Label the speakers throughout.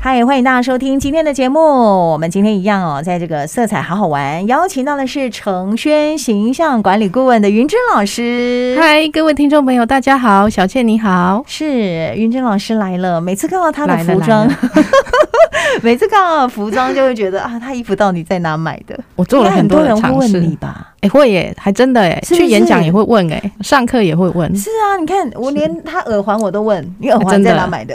Speaker 1: 嗨，欢迎大家收听今天的节目。我们今天一样哦，在这个色彩好好玩，邀请到的是程轩形象管理顾问的云芝老师。
Speaker 2: 嗨，各位听众朋友，大家好，小倩你好。
Speaker 1: 是云珍老师来了，每次看到她的
Speaker 2: 来了
Speaker 1: 服
Speaker 2: 来
Speaker 1: 装
Speaker 2: 了，
Speaker 1: 每次看到服装就会觉得啊，她衣服到底在哪买的？
Speaker 2: 我做了很多
Speaker 1: 应该
Speaker 2: 的
Speaker 1: 很
Speaker 2: 尝
Speaker 1: 多人会
Speaker 2: 试
Speaker 1: 问，你吧？
Speaker 2: 哎、会耶，还真的耶，
Speaker 1: 是不是
Speaker 2: 去演讲也会问，哎，上课也会问，
Speaker 1: 是啊，你看我连她耳环我都问你耳环
Speaker 2: 真的
Speaker 1: 在哪买的，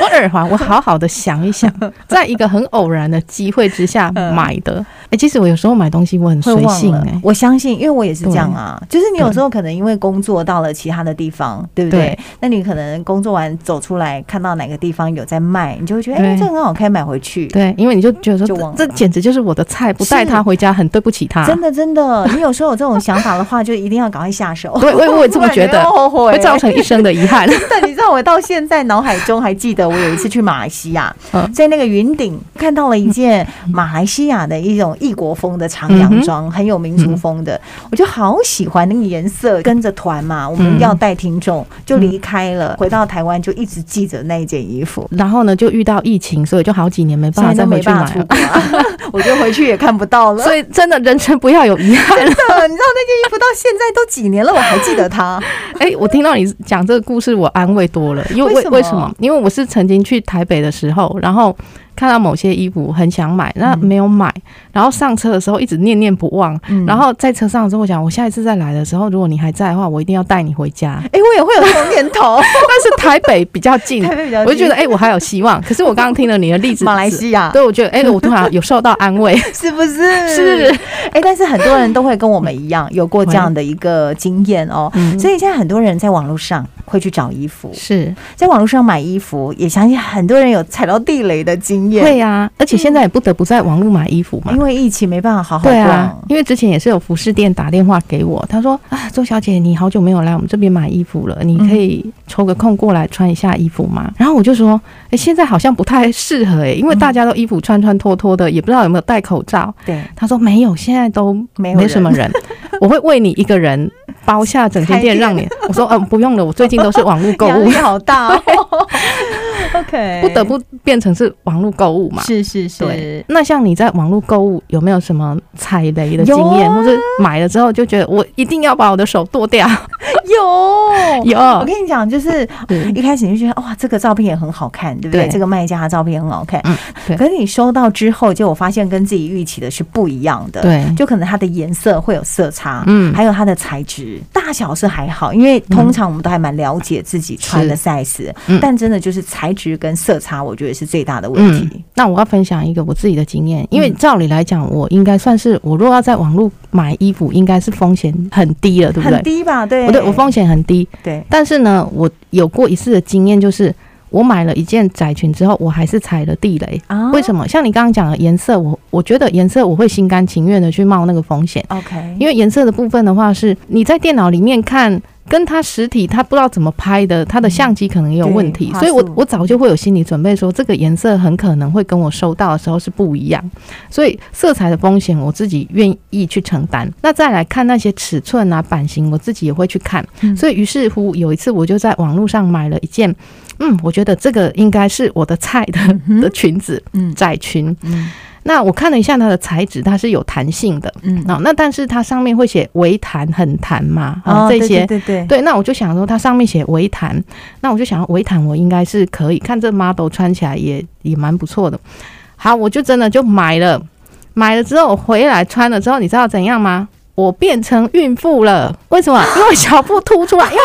Speaker 2: 我耳环，我好好的想 一想，在一个很偶然的机会之下
Speaker 1: 嗯
Speaker 2: 买的，哎、其实我有时候买东西我很
Speaker 1: 会
Speaker 2: 随
Speaker 1: 忘
Speaker 2: 性，
Speaker 1: 了
Speaker 2: 哎。。
Speaker 1: 我相信，因为我也是这样啊，就是你有时候可能因为工作到了其他的地方，对不对
Speaker 2: 对？
Speaker 1: 那你可能工作完走出来，看到哪个地方有在卖，你就会觉得哎，
Speaker 2: 对
Speaker 1: 这个很好看，买回去。
Speaker 2: 对，因为你就觉得
Speaker 1: 就
Speaker 2: 说
Speaker 1: 忘了
Speaker 2: 这这简直就是我的菜，不带
Speaker 1: 是
Speaker 2: 它回家很对不起它。
Speaker 1: 真的，真的，你有时候有这种想法的话，就一定要赶快下手。
Speaker 2: 对我也我也这 么觉
Speaker 1: 不然
Speaker 2: 得
Speaker 1: 你会后悔
Speaker 2: 会造成一生的遗憾。
Speaker 1: 但你知道，我到现在脑海中还记得，我有一次去马来西亚，
Speaker 2: 嗯
Speaker 1: 在那个云顶看到了一件马来西亚的一种异国风的长洋装，
Speaker 2: 嗯
Speaker 1: 很有民族风的，我就好喜欢那个颜色。跟着团嘛，我们
Speaker 2: 嗯
Speaker 1: 要带听众，就离开了，回到台湾就一直记着那一件衣服。
Speaker 2: 然后呢，就遇到疫情，所以就好几年没办法
Speaker 1: 现在
Speaker 2: 再
Speaker 1: 都
Speaker 2: 回
Speaker 1: 没
Speaker 2: 去
Speaker 1: 办法
Speaker 2: 买
Speaker 1: 出
Speaker 2: 了。
Speaker 1: 国、啊， 我觉得回去也看不到了。
Speaker 2: 所以真的人生不要有遗憾。
Speaker 1: 的，你知道那件衣服到现在都几年了，我还记得它。
Speaker 2: 哎、我听到你讲这个故事，我安慰多了。因为
Speaker 1: 为
Speaker 2: 为
Speaker 1: 什么
Speaker 2: 为什么？因为我是曾经去台北的时候，然后看到某些衣服很想买，那没有买，然后上车的时候一直念念不忘，
Speaker 1: 嗯。
Speaker 2: 然后在车上的时候，我想我下一次再来的时候，如果你还在的话，我一定要带你回家
Speaker 1: 哎、我也会有这种念 头，
Speaker 2: 但是台北比较近，
Speaker 1: 台北比较
Speaker 2: 我就觉得
Speaker 1: 近
Speaker 2: 哎、我还有希望。可是我刚刚听了你的例 子，
Speaker 1: 马来西亚
Speaker 2: 对，我觉得哎、我突然有受到安慰。
Speaker 1: 是不 是？
Speaker 2: 是
Speaker 1: 哎、但是很多人都会跟我们一样，有过这样的一个经验哦。
Speaker 2: 嗯
Speaker 1: 所以现在很多人在网络上会去找衣服，
Speaker 2: 是
Speaker 1: 在网络上买衣服，也相信很多人有踩到地雷的经验。
Speaker 2: 会啊，而且现在也不得不在网络买衣服嘛
Speaker 1: 因。为疫情没办法好好
Speaker 2: 对
Speaker 1: 逛，
Speaker 2: 啊，因为之前也是有服饰店打电话给我，他说啊，周小姐，你好久没有来我们这边买衣服了，你可以抽个空过来穿一下衣服吗？然后我就说，哎、现在好像不太适合哎、因为大家都衣服穿穿脱脱的，也不知道有没有戴口罩。
Speaker 1: 对，
Speaker 2: 他说没有，现在都
Speaker 1: 没有
Speaker 2: 没什么
Speaker 1: 人
Speaker 2: 人， 我会为你一个人包下整间店
Speaker 1: 开店
Speaker 2: 让你。我说嗯、不用了，我最近都是网络 购
Speaker 1: 压
Speaker 2: 物
Speaker 1: 力，好大、 哦。OK，
Speaker 2: 不得不变成是网络购物嘛。
Speaker 1: 是是
Speaker 2: 对
Speaker 1: 是，，
Speaker 2: 那像你在网络购物有没有什么踩雷的经验，
Speaker 1: 有啊
Speaker 2: 或是买了之后就觉得我一定要把我的手 剁掉？
Speaker 1: 哎有。
Speaker 2: 有，
Speaker 1: 哦我跟你讲，就是
Speaker 2: 是
Speaker 1: 一开始你就觉得哇，这个照片也很好看，对不对？
Speaker 2: 对
Speaker 1: 这个卖家的照片很好看，
Speaker 2: 嗯对
Speaker 1: 可是你收到之后，就我发现跟自己预期的是不一样的，，
Speaker 2: 对，
Speaker 1: 就可能它的颜色会有色差，
Speaker 2: 嗯
Speaker 1: 还有它的材质大小是还好，因为通常我们都还蛮了解自己穿的 size，、
Speaker 2: 嗯
Speaker 1: 但真的就是材质跟色差，我觉得是最大的问
Speaker 2: 嗯
Speaker 1: 题。，
Speaker 2: 那我要分享一个我自己的经验，因为
Speaker 1: 嗯
Speaker 2: 照理来讲，我应该算是我如果要在网络买衣服，应该是风险很低了，对不
Speaker 1: 很
Speaker 2: 对？
Speaker 1: 低吧？对，
Speaker 2: 我对我风险很低，
Speaker 1: 对，
Speaker 2: 但是呢，我有过一次的经验，就是我买了一件窄裙之后，我还是踩了地雷。
Speaker 1: 啊
Speaker 2: 为什么？像你刚刚讲的颜色，我我觉得颜色我会心甘情愿的去冒那个风险。
Speaker 1: 哦？OK，
Speaker 2: 因为颜色的部分的话，是你在电脑里面看，跟它实体它不知道怎么拍的，它的相机可能也有问题，
Speaker 1: 嗯对
Speaker 2: 所以我
Speaker 1: 画素
Speaker 2: 我早就会有心理准备说，这个颜色很可能会跟我收到的时候是不一样，所以色彩的风险我自己愿意去承担。那再来看那些尺寸啊、版型，我自己也会去看。
Speaker 1: 嗯
Speaker 2: 所以于是乎有一次，我就在网络上买了一件，嗯，我觉得这个应该是我的菜的的裙子，
Speaker 1: 嗯
Speaker 2: 窄裙。
Speaker 1: 嗯
Speaker 2: 那我看了一下它的材质，它是有弹性的。
Speaker 1: 嗯
Speaker 2: 哦，那但是它上面会写微弹、很弹嘛，
Speaker 1: 哦
Speaker 2: 哦，这
Speaker 1: 对
Speaker 2: 些。
Speaker 1: 对对对，
Speaker 2: 对，那我就想说，它上面写微弹，那我就想微弹，我应该是可以看这 model 穿起来也也蛮不错的。好，我就真的就买了，买了之后我回来穿了之后，你知道怎样吗？我变成孕妇了，为什么？ 因为小腹凸 出来，因为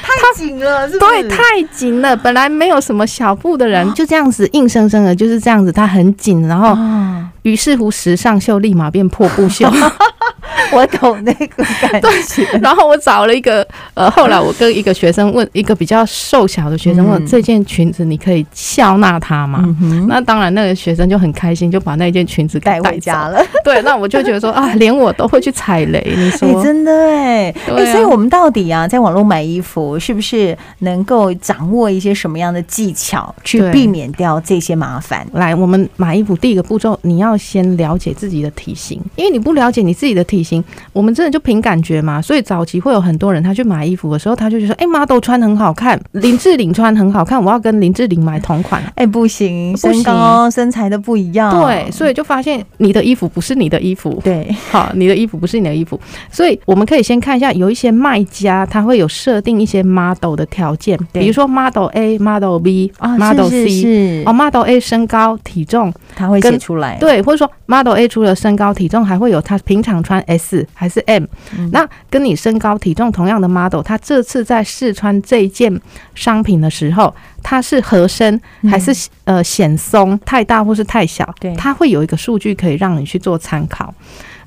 Speaker 2: 它
Speaker 1: 太紧了，是不
Speaker 2: 对
Speaker 1: 是？
Speaker 2: 太紧了，本来没有什么小腹的人就这样子硬生生的就是这样子，它很紧，然后
Speaker 1: 哦，
Speaker 2: 于是乎时尚秀立马变破布秀。
Speaker 1: 我懂那个感觉。
Speaker 2: 然后我找了一个，呃，后来我跟一个学生问，一个比较瘦小的学生问，
Speaker 1: 嗯
Speaker 2: 这件裙子你可以笑纳它吗？
Speaker 1: 嗯哼，
Speaker 2: 那当然，那个学生就很开心，就把那件裙子给
Speaker 1: 带回家
Speaker 2: 走。
Speaker 1: 了。
Speaker 2: 对，那我就觉得说啊，连我都会去踩雷，你
Speaker 1: 哎、
Speaker 2: 说、
Speaker 1: 真的哎、哎、
Speaker 2: 对啊
Speaker 1: 所以我们到底啊，在网络买衣服是不是能够掌握一些什么样的技巧，去
Speaker 2: 对
Speaker 1: 避免掉这些麻烦？
Speaker 2: 来，我们买衣服第一个步骤，你要先了解自己的体型，因为你不了解你自己的体型，情，我们真的就凭感觉嘛。所以早期会有很多人，他去买衣服的时候，他就觉得，哎、妈 model 穿很好看，林志玲穿很好看，我要跟林志玲买同款。
Speaker 1: 哎、不行，
Speaker 2: 不
Speaker 1: 身
Speaker 2: 行
Speaker 1: 高身材都不一样。
Speaker 2: 对，所以就发现你的衣服不是你的衣服，
Speaker 1: 对，
Speaker 2: 好，你的衣服不是你的衣服，所以我们可以先看一下，有一些卖家他会有设定一些 model 的条件，
Speaker 1: 对
Speaker 2: 比如说 model A、model B、
Speaker 1: 啊
Speaker 2: model
Speaker 1: 是
Speaker 2: C
Speaker 1: 是是，
Speaker 2: 哦，model A 身高体重，
Speaker 1: 他会写
Speaker 2: 跟
Speaker 1: 出来。
Speaker 2: 对，或者说 model A 除了身高体重，还会有他平常穿 S 还是 M，、
Speaker 1: 嗯
Speaker 2: 那跟你身高体重同样的 model，他这次在试穿这一件商品的时候，它是合身还
Speaker 1: 嗯
Speaker 2: 是、呃显松、太大或是太小，
Speaker 1: 对
Speaker 2: 它会有一个数据可以让你去做参考。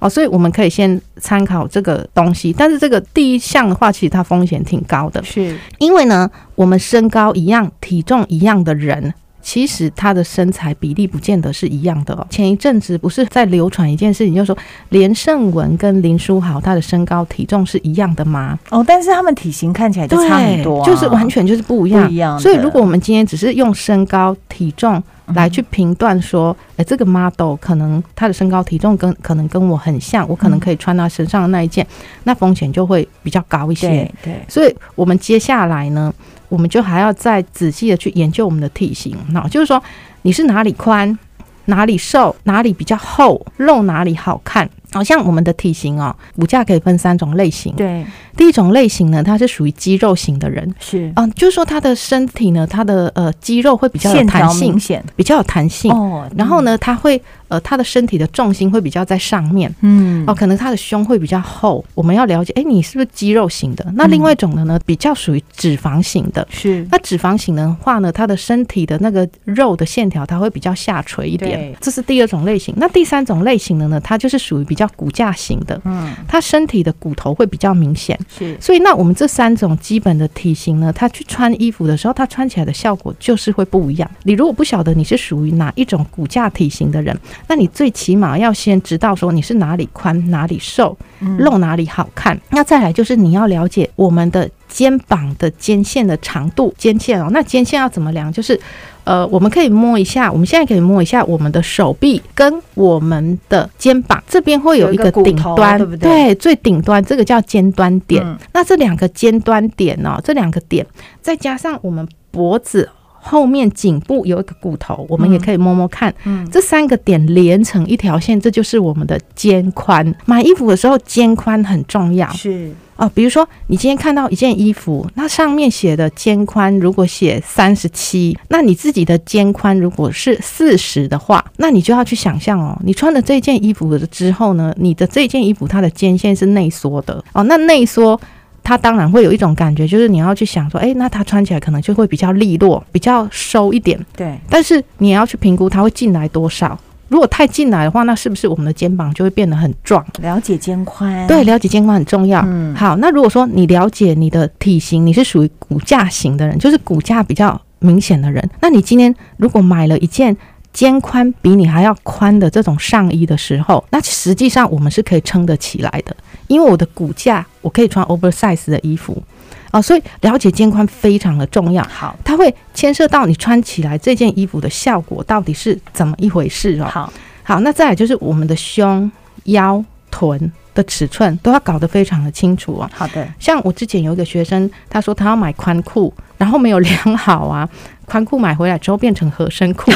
Speaker 2: 哦，所以我们可以先参考这个东西，但是这个第一项的话，其实它风险挺高的，
Speaker 1: 是
Speaker 2: 因为呢，我们身高一样、体重一样的人，其实他的身材比例不见得是一样的哦。前一阵子不是在流传一件事情，就是说连胜文跟林书豪他的身高体重是一样的吗？
Speaker 1: 哦，但是他们体型看起来就差很多啊、
Speaker 2: 就是完全就是不一
Speaker 1: 不
Speaker 2: 样。
Speaker 1: 一样的。
Speaker 2: 所以，如果我们今天只是用身高体重来去评断说，诶、这个 model 可能他的身高体重跟可能跟我很像，我可
Speaker 1: 嗯
Speaker 2: 能可以穿他身上的那一件，那风险就会比较高一些。
Speaker 1: 对嗯对，
Speaker 2: 所以我们接下来呢，我们就还要再仔细的去研究我们的体型。那就是说，你是哪里宽，哪里瘦，哪里比较厚，肉哪里好看。好像我们的体型哦，骨架可以分三种类型。
Speaker 1: 对
Speaker 2: 第一种类型呢，它是属于肌肉型的人，
Speaker 1: 是
Speaker 2: 嗯、就是说他的身体呢，他的呃肌肉会比较有
Speaker 1: 线
Speaker 2: 弹
Speaker 1: 条
Speaker 2: 性
Speaker 1: 明，显
Speaker 2: 比较有弹性。
Speaker 1: 哦
Speaker 2: 然后？呢，他会呃他的身体的重心会比较在上面。
Speaker 1: 嗯，
Speaker 2: 哦，可能他的胸会比较厚，我们要了解，哎，你是不是肌肉型的？那
Speaker 1: 嗯
Speaker 2: 另外一种的呢，比较属于脂肪型的。
Speaker 1: 是
Speaker 2: 那脂肪型的话呢，它的身体的那个肉的线条，它会比较下垂一点
Speaker 1: 对，
Speaker 2: 这是第二种类型。那第三种类型的呢，它就是属于比较骨架型的，
Speaker 1: 嗯
Speaker 2: 它身体的骨头会比较明显。
Speaker 1: 是
Speaker 2: 所以，那我们这三种基本的体型呢，它去穿衣服的时候，它穿起来的效果就是会不一样。你如果不晓得你是属于哪一种骨架体型的人，那你最起码要先知道说你是哪里宽、哪里瘦、
Speaker 1: 嗯
Speaker 2: 露哪里好看。那再来就是你要了解我们的肩膀的肩线的长度，肩线哦，那肩线要怎么量？就是。呃，我们可以摸一下，我们现在可以摸一下我们的手臂跟我们的肩膀这边会有一
Speaker 1: 有
Speaker 2: 个
Speaker 1: 一个骨
Speaker 2: 顶
Speaker 1: 头啊
Speaker 2: 端，
Speaker 1: 对不对
Speaker 2: 对，最顶端这个叫尖端点。
Speaker 1: 嗯
Speaker 2: 那这两个尖端点哦，这两个点，再加上我们脖子后面颈部有一个骨头，我们也可以摸摸看。
Speaker 1: 嗯
Speaker 2: 这三个点连成一条线，这就是我们的肩宽。买衣服的时候，肩宽很重要
Speaker 1: 是
Speaker 2: 哦。比如说，你今天看到一件衣服，那上面写的肩宽如果写三十七，那你自己的肩宽如果是四十的话，那你就要去想象哦，你穿了这件衣服之后呢，你的这件衣服它的肩线是内缩的哦，那内缩。它当然会有一种感觉，就是你要去想说，诶，那它穿起来可能就会比较利落，比较收一点。
Speaker 1: 对
Speaker 2: 但是你也要去评估它会进来多少。如果太进来的话，那是不是我们的肩膀就会变得很壮？
Speaker 1: 了解肩宽
Speaker 2: 对，了解肩膀很重要。
Speaker 1: 嗯
Speaker 2: 好，那如果说你了解你的体型，你是属于骨架型的人，就是骨架比较明显的人，那你今天如果买了一件。肩宽比你还要宽的这种上衣的时候，那实际上我们是可以撑得起来的，因为我的骨架我可以穿 oversize 的衣服啊、所以了解肩宽非常的重要。
Speaker 1: 好
Speaker 2: 它会牵涉到你穿起来这件衣服的效果到底是怎么一回事哦。
Speaker 1: 好
Speaker 2: 好，那再来就是我们的胸、腰、臀的尺寸都要搞得非常的清楚哦。
Speaker 1: 好的
Speaker 2: 像我之前有一个学生，他说他要买宽裤，然后没有量好啊， 宽裤买回来之后变成合身裤，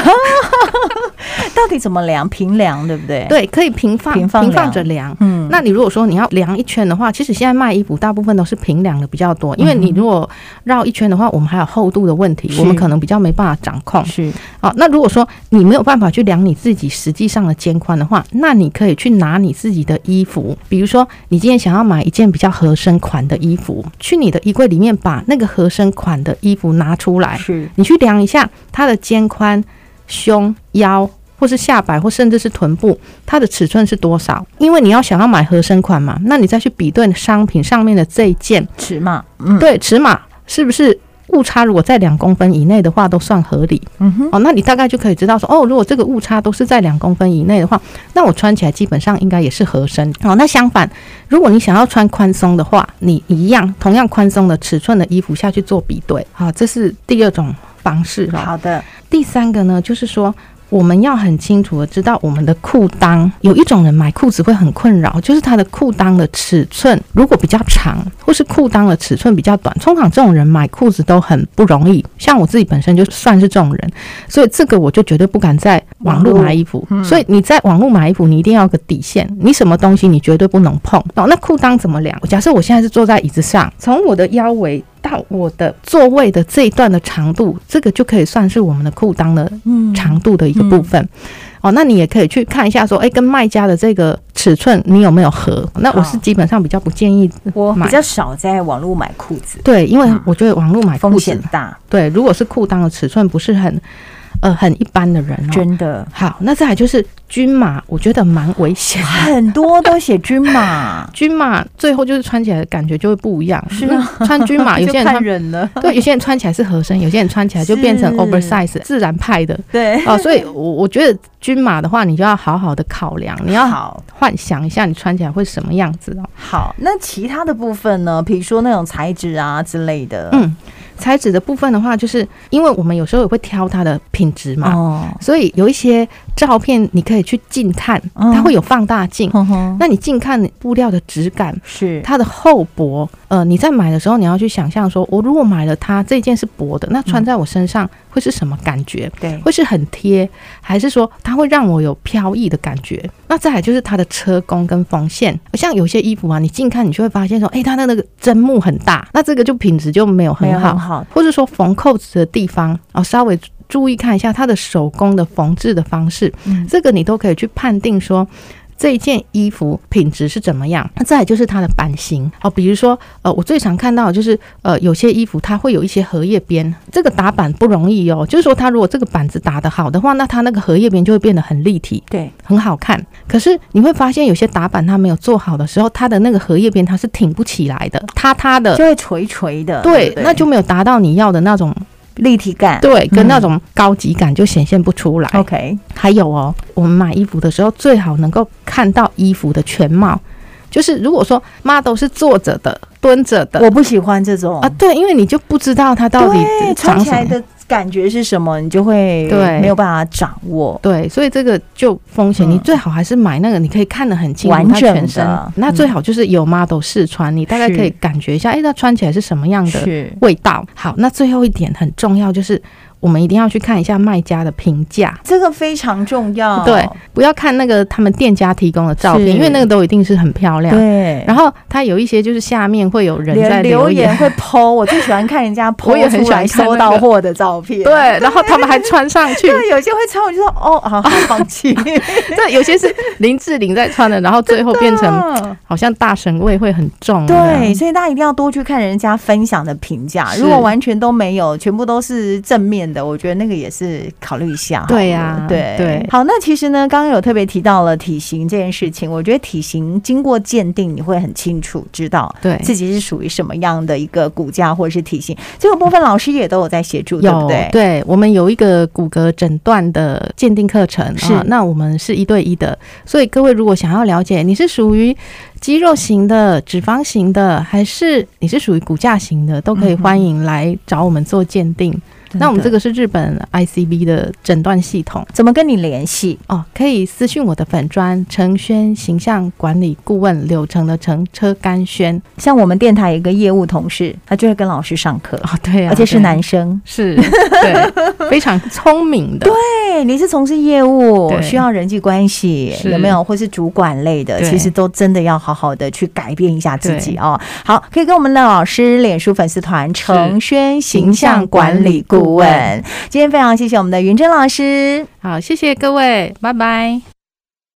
Speaker 1: 到底怎么量平量对不对？
Speaker 2: 对，可以平放
Speaker 1: 平放量
Speaker 2: 着量。
Speaker 1: 嗯
Speaker 2: 那你如果说你要量一圈的话，其实现在卖衣服大部分都是平量的比较多，因为你如果绕一圈的话，我们还有厚度的问题，
Speaker 1: 是
Speaker 2: 我们可能比较没办法掌控。
Speaker 1: 是
Speaker 2: 好，那如果说你没有办法去量你自己实际上的肩宽的话，那你可以去拿你自己的衣服，比如说你今天想要买一件比较合身款的衣服，去你的衣柜里面把那个合身款的衣服拿出来，
Speaker 1: 是
Speaker 2: 你去量一下它的肩宽、胸、腰。或是下摆，或甚至是臀部，它的尺寸是多少？因为你要想要买合身款嘛，那你再去比对商品上面的这一件，
Speaker 1: 尺码嗯
Speaker 2: 对尺码是不是误差？如果在两公分以内的话，都算合理。
Speaker 1: 嗯哼
Speaker 2: 哦，那你大概就可以知道说，哦，如果这个误差都是在两公分以内的话，那我穿起来基本上应该也是合身。哦，那相反，如果你想要穿宽松的话，你一样同样宽松的尺寸的衣服下去做比对。好、这是第二种方式哦。
Speaker 1: 好的
Speaker 2: 第三个呢，就是说我们要很清楚的知道我们的裤裆。有一种人买裤子会很困扰，就是他的裤裆的尺寸如果比较长，或是裤裆的尺寸比较短，通常这种人买裤子都很不容易。像我自己本身就算是这种人，所以这个我就绝对不敢在网络买衣服。
Speaker 1: 嗯
Speaker 2: 所以你在网络买衣服，你一定要有个底线，你什么东西你绝对不能碰。哦，那裤裆怎么量？假设我现在是坐在椅子上，从我的腰围。到我的座位的这一段的长度，这个就可以算是我们的裤裆的
Speaker 1: 嗯
Speaker 2: 长度的一个部分。哦，那你也可以去看一下，说，哎、跟卖家的这个尺寸你有没有合？那我是基本上比较不建议
Speaker 1: 我
Speaker 2: 买
Speaker 1: 比较少在网络买裤子，
Speaker 2: 对，因为
Speaker 1: 嗯
Speaker 2: 我觉得网络买裤
Speaker 1: 风
Speaker 2: 子
Speaker 1: 险，大，
Speaker 2: 对，如果是裤裆的尺寸不是很，呃，很一般的人、哦，
Speaker 1: 真的。
Speaker 2: 好，那再来就是均码，我觉得蛮危险的。，
Speaker 1: 很多都写均码
Speaker 2: 均码最后就是穿起来的感觉就会不一样，
Speaker 1: 是 啊
Speaker 2: 那穿均码，有
Speaker 1: 就
Speaker 2: 些人
Speaker 1: 看
Speaker 2: 穿
Speaker 1: 人 了。
Speaker 2: 对，有些人穿起来是合身，有些人穿起来就变成
Speaker 1: 是
Speaker 2: oversize 自然 派的
Speaker 1: 对，
Speaker 2: 哦，所以我我觉得均码的话，你就要好好的考量，你要
Speaker 1: 好
Speaker 2: 幻想一下你穿起来会什么样子哦。
Speaker 1: 好，那其他的部分呢？比如说那种材质啊之类的，
Speaker 2: 嗯材质的部分的话，就是因为我们有时候也会挑它的品质嘛，
Speaker 1: 哦，
Speaker 2: 所以有一些照片你可以去近看，
Speaker 1: 嗯
Speaker 2: 它会有放大镜。
Speaker 1: 哼嗯哼，
Speaker 2: 那你近看布料的质感，
Speaker 1: 是
Speaker 2: 它的厚薄，呃，你在买的时候你要去想象说，我如果买了它这件是薄的，那穿在我身上会是什么感觉？
Speaker 1: 对，
Speaker 2: 会是很贴，还是说它会让我有飘逸的感觉？那再来就是它的车工跟缝线，像有些衣服啊，你近看你就会发现说，哎诶，它的那个针目很大，那这个就品质就没有
Speaker 1: 没
Speaker 2: 很
Speaker 1: 有
Speaker 2: 好，
Speaker 1: 很好，
Speaker 2: 或是说缝扣子的地方哦，稍微注意看一下它的手工的缝制的方式，
Speaker 1: 嗯
Speaker 2: 这个你都可以去判定说。这一件衣服品质是怎么样？那再来就是它的版型哦，比如说，呃，我最常看到的就是，呃，有些衣服它会有一些荷叶边，这个打板不容易哦。就是说，它如果这个板子打得好的话，那它那个荷叶边就会变得很立体，
Speaker 1: 对，
Speaker 2: 很好看。可是你会发现，有些打板它没有做好的时候，它的那个荷叶边它是挺不起来的，塌塌的。
Speaker 1: 就会垂垂的，
Speaker 2: 呃对
Speaker 1: 不，对
Speaker 2: 那就没有达到你要的那种
Speaker 1: 立体感。
Speaker 2: 对，跟那种高级感就显现不出来。
Speaker 1: OK，
Speaker 2: 还有哦，我们买衣服的时候最好能够看到衣服的全貌，就是如果说 model 是坐着的、蹲着的
Speaker 1: 我不喜欢这种
Speaker 2: 啊，对，因为你就不知道它到底
Speaker 1: 对穿
Speaker 2: 长
Speaker 1: 起
Speaker 2: 什
Speaker 1: 来
Speaker 2: 么。
Speaker 1: 的感觉是什么，你就会
Speaker 2: 对
Speaker 1: 没有办法掌握。
Speaker 2: 对，所以这个就风
Speaker 1: 嗯
Speaker 2: 险，你最好还是买那个你可以看得很清
Speaker 1: 完
Speaker 2: 楚，它
Speaker 1: 整
Speaker 2: 全身
Speaker 1: 的。嗯
Speaker 2: 那最好就是有 model 试穿，你大概
Speaker 1: 是
Speaker 2: 可以感觉一下，哎，它穿起来是什么样的
Speaker 1: 是
Speaker 2: 味道。好，那最后一点很重要，就是我们一定要去看一下卖家的评价。
Speaker 1: 这个非常重要，
Speaker 2: 对，不要看那个他们店家提供的照片，
Speaker 1: 是
Speaker 2: 因为那个都一定是很漂亮。
Speaker 1: 对，
Speaker 2: 然后它有一些就是下面会有人在
Speaker 1: 连留
Speaker 2: 言
Speaker 1: 言，会剖，我最喜欢看人家
Speaker 2: 我也
Speaker 1: 剖
Speaker 2: 很
Speaker 1: 出
Speaker 2: 喜欢
Speaker 1: 来
Speaker 2: 看那
Speaker 1: 收
Speaker 2: 个
Speaker 1: 到货的照片。
Speaker 2: 对，然后他们还穿上去，
Speaker 1: 对，有些会穿，我就说哦， 好，好放弃。
Speaker 2: 这有些是林志玲在穿的，然后最后变成好像大神味会很重。
Speaker 1: 对，，所以大家一定要多去看人家分享的评价。
Speaker 2: 是
Speaker 1: 如果完全都没有，全部都是正面的，我觉得那个也是考虑一下好了。
Speaker 2: 对呀
Speaker 1: 对
Speaker 2: 啊对
Speaker 1: 好，那其实呢，刚刚有特别提到了体型这件事情，我觉得体型经过鉴定，你会很清楚知道。
Speaker 2: 对，
Speaker 1: 自己是属于什么样的一个骨架或者是体型，这个部分老师也都有在协助，对不
Speaker 2: 有
Speaker 1: 对？
Speaker 2: 我们有一个骨骼诊断的鉴定课程
Speaker 1: 是
Speaker 2: 啊，那我们是一对一的，所以各位如果想要了解你是属于肌肉型的、脂肪型的，还是你是属于骨架型的，都可以
Speaker 1: 嗯哼
Speaker 2: 欢迎来找我们做鉴定。那我们这
Speaker 1: 个
Speaker 2: 个是日本 ICB 的诊断系统
Speaker 1: 怎么跟你联系？
Speaker 2: 哦，可以私讯我的粉砖程轩形象管理顾问柳城的程车甘轩
Speaker 1: 像我们电台有一个业务同事，他就会跟老师上课，
Speaker 2: 哦，对啊，
Speaker 1: 而且是
Speaker 2: 对
Speaker 1: 男生。
Speaker 2: 是，对，非常聪明的，
Speaker 1: 对，你是从事业务
Speaker 2: 对，
Speaker 1: 需要人际关系，
Speaker 2: 是
Speaker 1: 有没有？或是主管类的，
Speaker 2: 对
Speaker 1: 其实都真的要好好的去改变一下自己
Speaker 2: 对
Speaker 1: 哦。好，可以跟我们的老师脸书粉丝团程轩形象管理顾
Speaker 2: 形象管
Speaker 1: 问。今天非常谢谢我们的云珍老师。
Speaker 2: 好，谢谢各位，拜拜。